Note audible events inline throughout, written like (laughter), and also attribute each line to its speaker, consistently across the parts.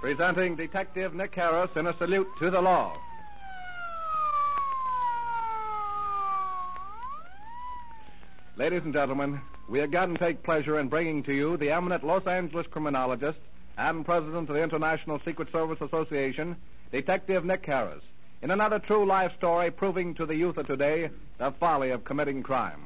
Speaker 1: presenting Detective Nick Harris in a salute to the law. Ladies and gentlemen, we again take pleasure in bringing to you the eminent Los Angeles criminologist and president of the International Secret Service Association, Detective Nick Harris, in another true life story proving to the youth of today the folly of committing crime.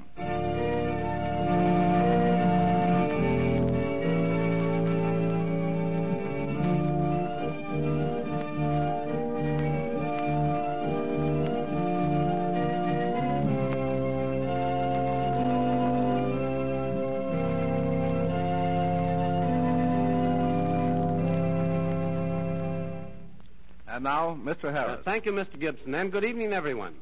Speaker 1: And now, Mr.
Speaker 2: Uh,
Speaker 1: Harris.
Speaker 2: thank you, Mr. Gibson, and good evening, everyone.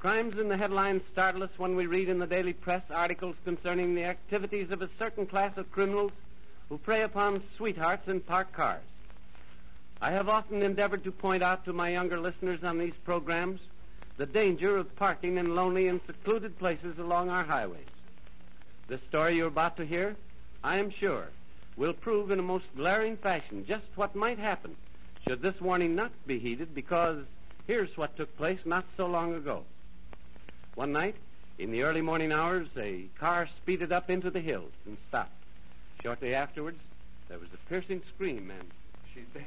Speaker 2: Crimes in the headlines startle us when we read in the daily press articles concerning the activities of a certain class of criminals who prey upon sweethearts in parked cars. I have often endeavored to point out to my younger listeners on these programs the danger of parking in lonely and secluded places along our highways. The story you're about to hear, I am sure, will prove in a most glaring fashion just what might happen should this warning not be heeded because here's what took place not so long ago. One night, in the early morning hours, a car speeded up into the hills and stopped. Shortly afterwards, there was a piercing scream and
Speaker 1: She's dead.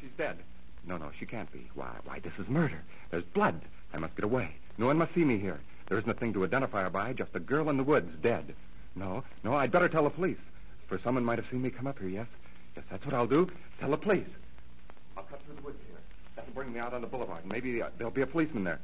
Speaker 1: She's dead. No, no, she can't be. Why, why, this is murder. There's blood. I must get away. No one must see me here. There isn't a thing to identify her by, just a girl in the woods, dead. No, no, I'd better tell the police. For someone might have seen me come up here, yes? Yes, that's what I'll do. Tell the police. I'll cut through the woods here. That'll bring me out on the boulevard. Maybe uh, there'll be a policeman there.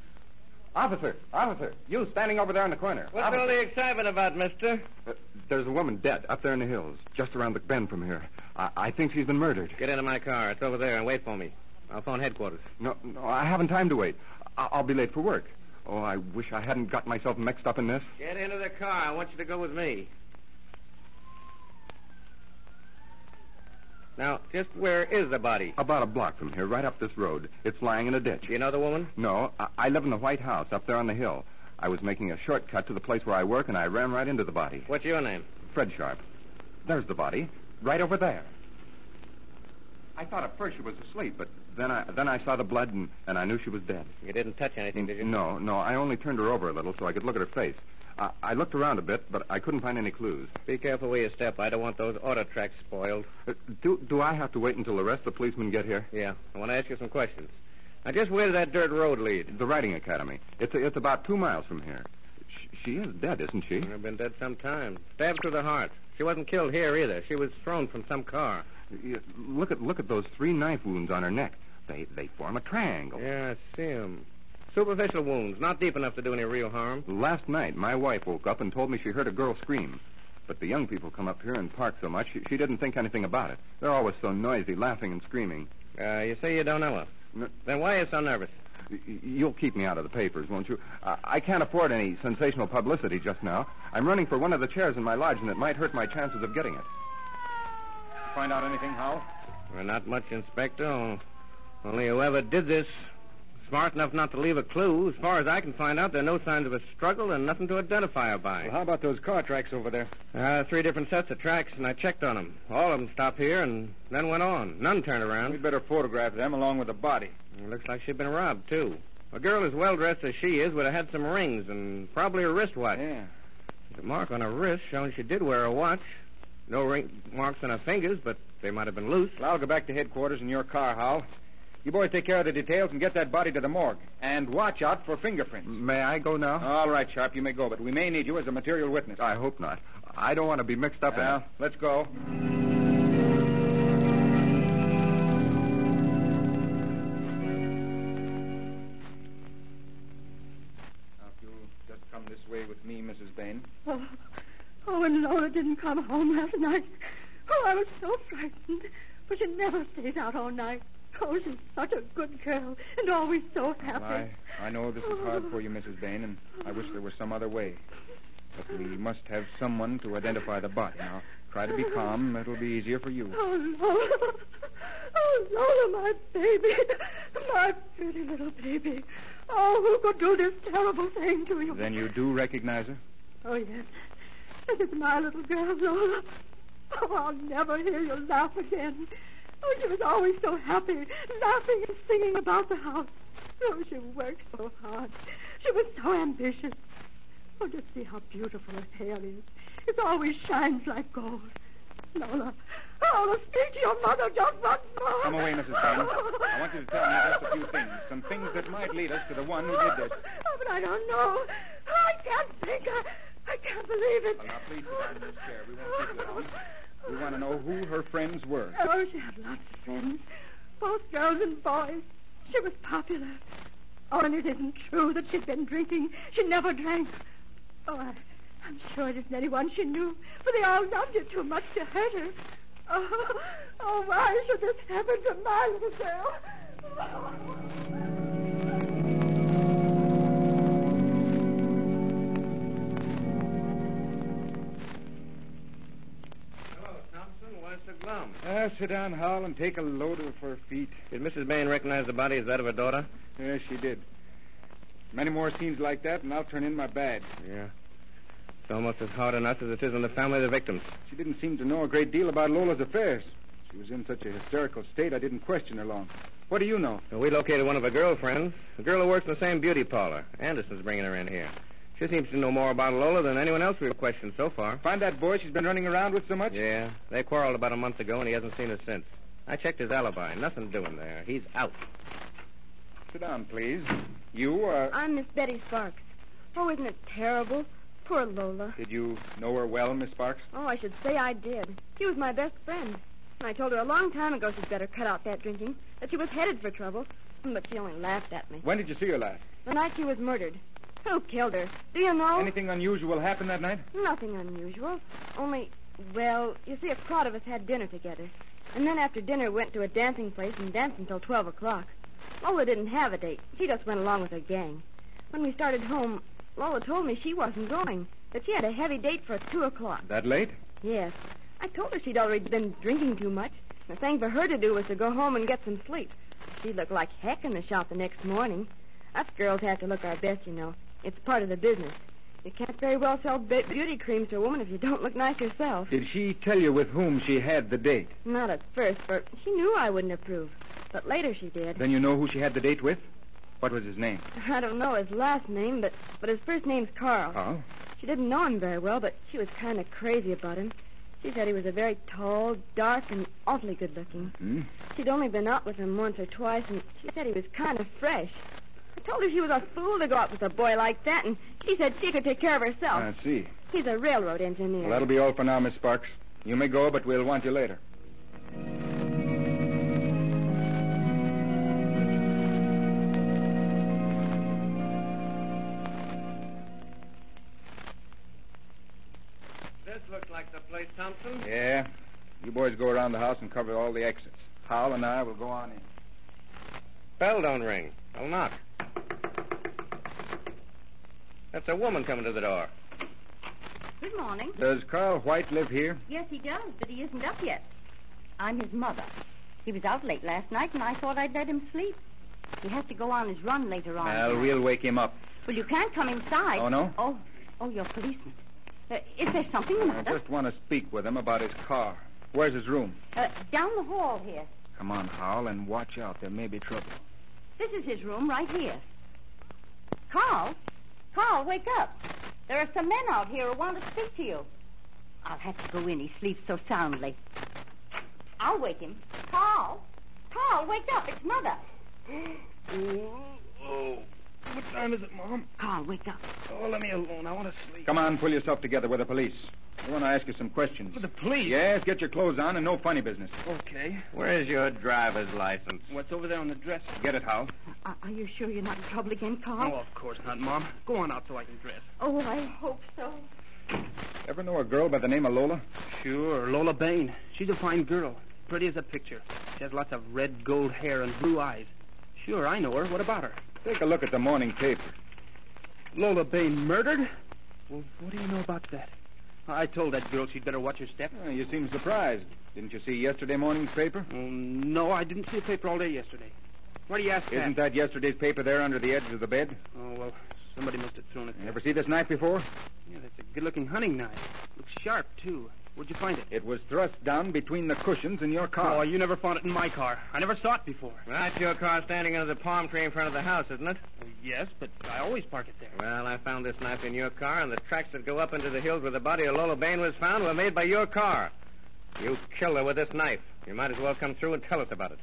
Speaker 1: Officer, officer, you standing over there in the corner.
Speaker 2: What's
Speaker 1: Officer.
Speaker 2: all the excitement about, mister?
Speaker 1: Uh, there's a woman dead up there in the hills, just around the bend from here. I, I think she's been murdered.
Speaker 2: Get into my car. It's over there and wait for me. I'll phone headquarters.
Speaker 1: No, no, I haven't time to wait. I- I'll be late for work. Oh, I wish I hadn't got myself mixed up in this.
Speaker 2: Get into the car. I want you to go with me. Now, just where is the body?
Speaker 1: About a block from here, right up this road. It's lying in a ditch.
Speaker 2: Do you know the woman?
Speaker 1: No, I, I live in the White House up there on the hill. I was making a shortcut to the place where I work, and I ran right into the body.
Speaker 2: What's your name?
Speaker 1: Fred Sharp. There's the body, right over there. I thought at first she was asleep, but then I then I saw the blood, and, and I knew she was dead.
Speaker 2: You didn't touch anything, did you?
Speaker 1: No, no, I only turned her over a little so I could look at her face. I, I looked around a bit, but I couldn't find any clues.
Speaker 2: Be careful where you step. I don't want those auto tracks spoiled.
Speaker 1: Uh, Do, do I have to wait until the rest of the policemen get here?
Speaker 2: Yeah. I want to ask you some questions. Now, just where does that dirt road lead?
Speaker 1: The Writing Academy. It's, it's about two miles from here. Sh- she is dead, isn't she?
Speaker 2: I've been dead some time. Stabbed through the heart. She wasn't killed here either. She was thrown from some car.
Speaker 1: Y- Look at look at those three knife wounds on her neck. They they form a triangle.
Speaker 2: Yeah, I see 'em. Superficial wounds, not deep enough to do any real harm.
Speaker 1: Last night, my wife woke up and told me she heard a girl scream. But the young people come up here and park so much, she, she didn't think anything about it. They're always so noisy, laughing and screaming.
Speaker 2: Uh, you say you don't know her.
Speaker 1: No.
Speaker 2: Then why are you so nervous?
Speaker 1: Y- y- You'll keep me out of the papers, won't you? I I can't afford any sensational publicity just now. I'm running for one of the chairs in my lodge, and it might hurt my chances of getting it. Find out anything, Hal?
Speaker 2: Well, not much, Inspector. O- Only whoever did this, smart enough not to leave a clue. As far as I can find out, there are no signs of a struggle and nothing to identify her by.
Speaker 1: how about those car tracks over there?
Speaker 2: Uh, three different sets of tracks, and I checked on them. All of them stopped here and then went on. None turned around.
Speaker 1: better photograph them along with the body.
Speaker 2: It looks like she'd been robbed, too. A girl as well dressed as she is would have had some rings and probably a wristwatch. The mark on her wrist showing she did wear a watch. No ring marks on her fingers, but they might have been loose.
Speaker 1: Well, I'll go back to headquarters in your car, Hal. You boys take care of the details and get that body to the morgue. And watch out for fingerprints. May I go now? All right, Sharp, you may go, but we may need you as a material witness. I hope not. I don't want to be mixed up in it. let's go.
Speaker 3: Now, if you'll just come this way with me, Mrs. Bain.
Speaker 4: Oh, oh, and Laura didn't come home last night. Oh, I was so frightened. But she never stays out all night. Oh, she's such a good girl and always so happy.
Speaker 3: I, I know this is hard for you, Mrs. Bain, and I wish there was some other way. But we must have someone to identify the body. Now, try to be calm. It'll be easier for you.
Speaker 4: Oh, Lola. Oh, Lola, my baby. My pretty little baby. Oh, who could do this terrible thing to you?
Speaker 3: Then you do recognize her?
Speaker 4: Oh, yes. This is my little girl, Lola. Oh, I'll never hear you laugh again. Oh, she was always so happy, laughing and singing about the house. Oh, she worked so hard. She was so ambitious. Oh, just see how beautiful her hair is. It always shines like gold. Lola, oh, Lola, speak to your mother just once more.
Speaker 3: Come away, Mrs. Bain. I want you to tell me just a few things, some things that might lead us to the one who did this.
Speaker 4: Oh, but I don't know. I can't think. I, I can't believe it.
Speaker 3: Well, now, please sit down in this chair. We won't keep you long. We want to know who her friends were.
Speaker 4: Oh, she had lots of friends, both girls and boys. She was popular. Oh, and it isn't true that she'd been drinking. She never drank. Oh, I, I'm sure it isn't anyone she knew, for they all loved her too much to hurt her. Oh, oh, why should this happen to my little girl? (laughs)
Speaker 2: Hello, Thompson. Why so glum?
Speaker 3: Ah, sit down, Hal, and take a load off her feet.
Speaker 2: Did Mrs. Bain recognize the body as that of her daughter?
Speaker 3: Yes, she did. Many more scenes like that, and I'll turn in my badge.
Speaker 2: Yeah. It's almost as hard on us as it is on the family of the victims.
Speaker 3: She didn't seem to know a great deal about Lola's affairs. She was in such a hysterical state, I didn't question her long. What do you know?
Speaker 2: Now, we located one of her girlfriends, a girl who works in the same beauty parlor. Anderson's bringing her in here. She seems to know more about Lola than anyone else we've questioned so far.
Speaker 3: Find that boy she's been running around with so much?
Speaker 2: Yeah, they quarreled about a month ago, and he hasn't seen her since. I checked his alibi. Nothing doing there. He's out.
Speaker 3: Sit down, please. You uh, are.
Speaker 5: I'm Miss Betty Sparks. Oh, isn't it terrible? Poor Lola.
Speaker 3: Did you know her well, Miss Sparks?
Speaker 5: Oh, I should say I did. She was my best friend. And I told her a long time ago she'd better cut out that drinking, that she was headed for trouble. But she only laughed at me.
Speaker 3: When did you see her last?
Speaker 5: The night she was murdered. Who killed her? Do you know?
Speaker 3: Anything unusual happened that night?
Speaker 5: Nothing unusual. Only, well, you see, a crowd of us had dinner together. And then after dinner, went to a dancing place and danced until 12 o'clock. Lola didn't have a date. She just went along with her gang. When we started home, Lola told me she wasn't going, that she had a heavy date for 2 o'clock.
Speaker 3: That late?
Speaker 5: Yes. I told her she'd already been drinking too much. The thing for her to do was to go home and get some sleep. She looked like heck in the shop the next morning. Us girls have to look our best, you know. It's part of the business. You can't very well sell be- beauty creams to a woman if you don't look nice yourself.
Speaker 3: Did she tell you with whom she had the date?
Speaker 5: Not at first, for she knew I wouldn't approve. But later she did.
Speaker 3: Then you know who she had the date with? What was his name?
Speaker 5: I don't know his last name, but, but his first name's Carl.
Speaker 3: Carl?
Speaker 5: She didn't know him very well, but she was kind of crazy about him. She said he was a very tall, dark, and awfully good looking.
Speaker 3: Hmm?
Speaker 5: She'd only been out with him once or twice, and she said he was kind of fresh. I told her she was a fool to go out with a boy like that, and she said she could take care of
Speaker 2: Oh.
Speaker 5: herself.
Speaker 3: I see.
Speaker 5: He's a railroad engineer.
Speaker 3: Well, that'll be all for now, Miss Sparks. You may go, but we'll want you later.
Speaker 2: This looks like the place, Thompson.
Speaker 3: Yeah. You boys go around the house and cover all the exits. Hal and I will go on in.
Speaker 2: Bell don't ring. I'll knock. That's a woman coming to the door.
Speaker 6: Good morning.
Speaker 3: Does Carl White live here?
Speaker 6: Yes, he does, but he isn't up yet. I'm his mother. He was out late last night, and I thought I'd let him sleep. He has to go on his run later on.
Speaker 3: Well, we'll wake him up.
Speaker 6: Well, you can't come inside.
Speaker 3: Oh, no?
Speaker 6: Oh, oh, you're a policeman. Uh, is there something the
Speaker 2: Hmm.
Speaker 3: I
Speaker 6: matter?
Speaker 3: just want to speak with him about his car. Where's his room?
Speaker 6: Uh, down the hall here.
Speaker 3: Come on, Hal, and watch out. There may be trouble.
Speaker 6: This is his room right here. Carl, Carl, wake up. There are some men out here who want to speak to you. I'll have to go in. He sleeps so soundly. I'll wake him. Carl, Carl, wake up. It's Mother.
Speaker 2: (gasps) Oh, what time is it, Mom?
Speaker 6: Carl, wake up.
Speaker 2: Oh, let me alone. I want to sleep.
Speaker 3: Come on, pull yourself together with the police. I want to ask you some questions.
Speaker 2: With the police?
Speaker 3: Yes, get your clothes on and no funny business.
Speaker 2: Okay. Where's your driver's license? What's over there on the dresser?
Speaker 3: Get it, Hal.
Speaker 6: Are, are you sure you're not in trouble again, Carl?
Speaker 2: Oh, of course not, Mom. Go on out so I can dress.
Speaker 6: Oh, I hope so.
Speaker 3: Ever know a girl by the name of Lola?
Speaker 2: Sure, Lola Bain. She's a fine girl. Pretty as a picture. She has lots of red gold hair and blue eyes. Sure, I know her. What about her?
Speaker 3: Take a look at the morning paper.
Speaker 2: Lola Bain murdered? Well, what do you know about that? I told that girl she'd better watch her step.
Speaker 3: Oh, you seem surprised. Didn't you see yesterday morning's paper?
Speaker 2: Um, no, I didn't see a paper all day yesterday. What do you ask
Speaker 3: Isn't that yesterday's paper there under the edge of the bed?
Speaker 2: Oh, well, somebody must have thrown it
Speaker 3: You
Speaker 2: there.
Speaker 3: ever see this knife before?
Speaker 2: Yeah, that's a good-looking hunting knife. Looks sharp, too.
Speaker 7: Where'd you find it?
Speaker 3: It was thrust down between the cushions in your car.
Speaker 8: Oh, you never found it in my car. I never saw it before.
Speaker 7: Well, that's your car standing under the palm tree in front of the house, isn't it?
Speaker 8: Well, yes, but I always park it there.
Speaker 7: Well, I found this knife in your car, and the tracks that go up into the hills where the body of Lola Bain was found were made by your car. You killed her with this knife. You might as well come through and tell us about it.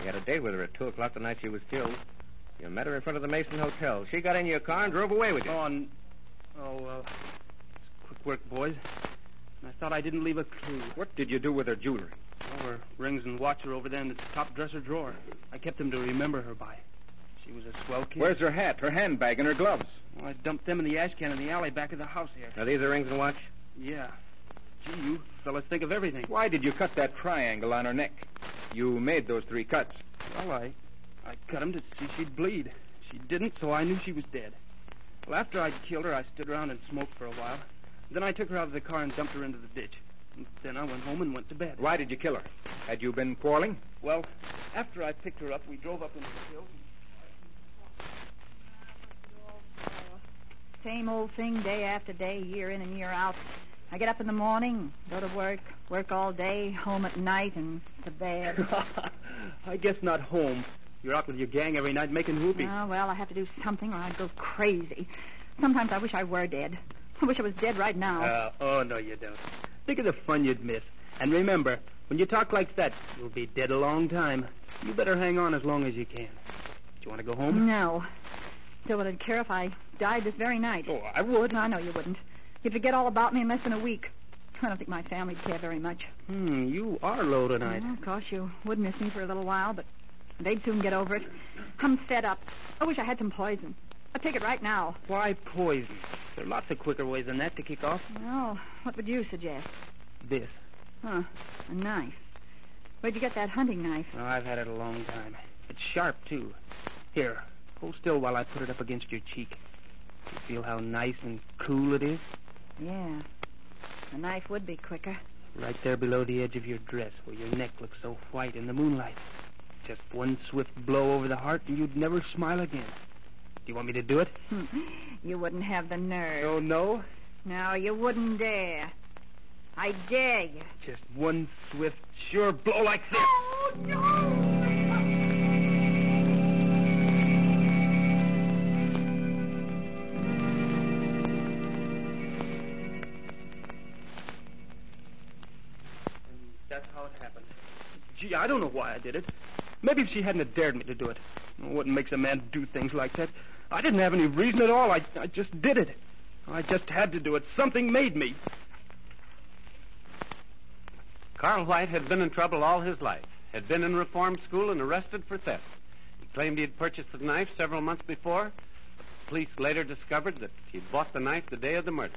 Speaker 7: You had a date with her at 2 o'clock the night she was killed. You met her in front of the Mason Hotel. She got in your car and drove away with you.
Speaker 8: Oh, and, oh, uh, it's quick work, boys. And I thought I didn't leave a clue.
Speaker 3: What did you do with her jewelry?
Speaker 8: All her rings and watch are over there in the top dresser drawer. I kept them to remember her by. She was a swell kid.
Speaker 3: Where's her hat, her handbag, and her gloves?
Speaker 8: Well, I dumped them in the ash can in the alley back of the house here.
Speaker 7: Are these the rings and watch?
Speaker 8: Yeah. Gee, you fellas think of everything.
Speaker 3: Why did you cut that triangle on her neck? You made those three cuts.
Speaker 8: Well, I, I cut 'em to see she'd bleed. She didn't, so I knew she was dead. Well, after I'd killed her, I stood around and smoked for a while. Then I took her out of the car and dumped her into the ditch. And then I went home and went to bed.
Speaker 3: Why did you kill her? Had you been quarreling?
Speaker 8: Well, after I picked her up, we drove up into the hills.
Speaker 6: Same old thing day after day, year in and year out. I get up in the morning, go to work, work all day, home at night, and
Speaker 8: (laughs)
Speaker 6: to bed.
Speaker 8: I guess not home. You're out with your gang every night making movies.
Speaker 6: oh, well, I have to do something or I'd go crazy. Sometimes I wish I were dead. (laughs) I wish I was dead right now.
Speaker 8: Uh, oh, no, you don't. Think of the fun you'd miss. And remember, when you talk like that, you'll be dead a long time. You better hang on as long as you can. Do you want to go home?
Speaker 6: no. Still wouldn't care if I died this very night.
Speaker 8: Oh, I would.
Speaker 6: No, I know you wouldn't. You'd forget all about me in less than a week. I don't think my family'd care very much.
Speaker 8: Hmm, you are low tonight.
Speaker 6: Well, of course, you would miss me for a little while, but they'd soon get over it. I'm fed up. I wish I had some poison. I'd take it right now.
Speaker 8: Why poison? There are lots of quicker ways than that to kick off.
Speaker 6: Well, what would you suggest?
Speaker 8: This.
Speaker 6: Huh, a knife. Where'd you get that hunting knife?
Speaker 8: Oh, I've had it a long time. It's sharp, too. Here, hold still while I put it up against your cheek. You feel how nice and cool it is?
Speaker 6: Yeah, a knife would be quicker. (laughs)
Speaker 8: Right there below the edge of your dress where your neck looks so white in the moonlight. Just one swift blow over the heart and you'd never smile again. Do you want me to do it?
Speaker 6: Hmm. You wouldn't have the nerve.
Speaker 8: Oh, no.
Speaker 6: No, you wouldn't dare. I dare you.
Speaker 8: Just one swift, sure blow like this.
Speaker 6: Oh, no!
Speaker 8: And that's how it happened. Gee, I don't know why I did it. Maybe if she hadn't have dared me to do it. What makes a man do things like that? I didn't have any reason at all. I, I just did it. I just had to do it. Something made me.
Speaker 7: Carl White had been in trouble all his life, had been in reform school and arrested for theft. He claimed he had purchased the knife several months before, but the police later discovered that he'd bought the knife the day of the murder.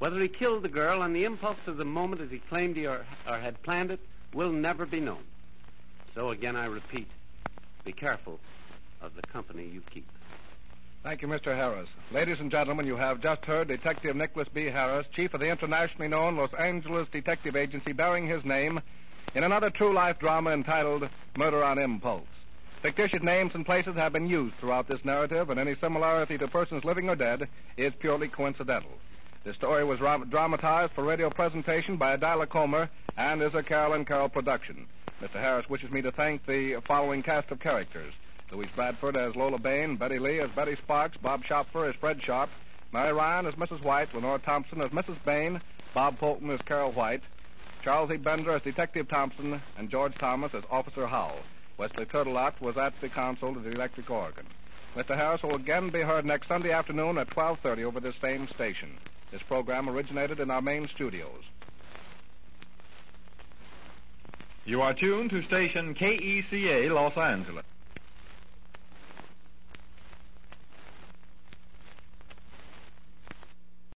Speaker 7: Whether he killed the girl on the impulse of the moment as he claimed he or, or had planned it will never be known. So again, I repeat, be careful of the company you keep.
Speaker 9: Thank you, Mr. Harris. Ladies and gentlemen, you have just heard Detective Nicholas B. Harris, chief of the internationally known Los Angeles Detective Agency bearing his name, in another true life drama entitled Murder on Impulse. Fictitious names and places have been used throughout this narrative, and any similarity to persons living or dead is purely coincidental. The story was ra- dramatized for radio presentation by Adela Comer and is a Carol and Carol production. Mr. Harris wishes me to thank the following cast of characters. Louise Bradford as Lola Bain, Betty Lee as Betty Sparks, Bob Shopfer as Fred Sharp, Mary Ryan as Mrs. White, Lenore Thompson as Mrs. Bain, Bob Fulton as Carol White, Charles E. Bender as Detective Thompson, and George Thomas as Officer Howell. Wesley Turtelot was at the console of the electric organ. Mr. Harris will again be heard next Sunday afternoon at 12.30 over this same station. This program originated in our main studios.
Speaker 10: You are tuned to station KECA E Los Angeles.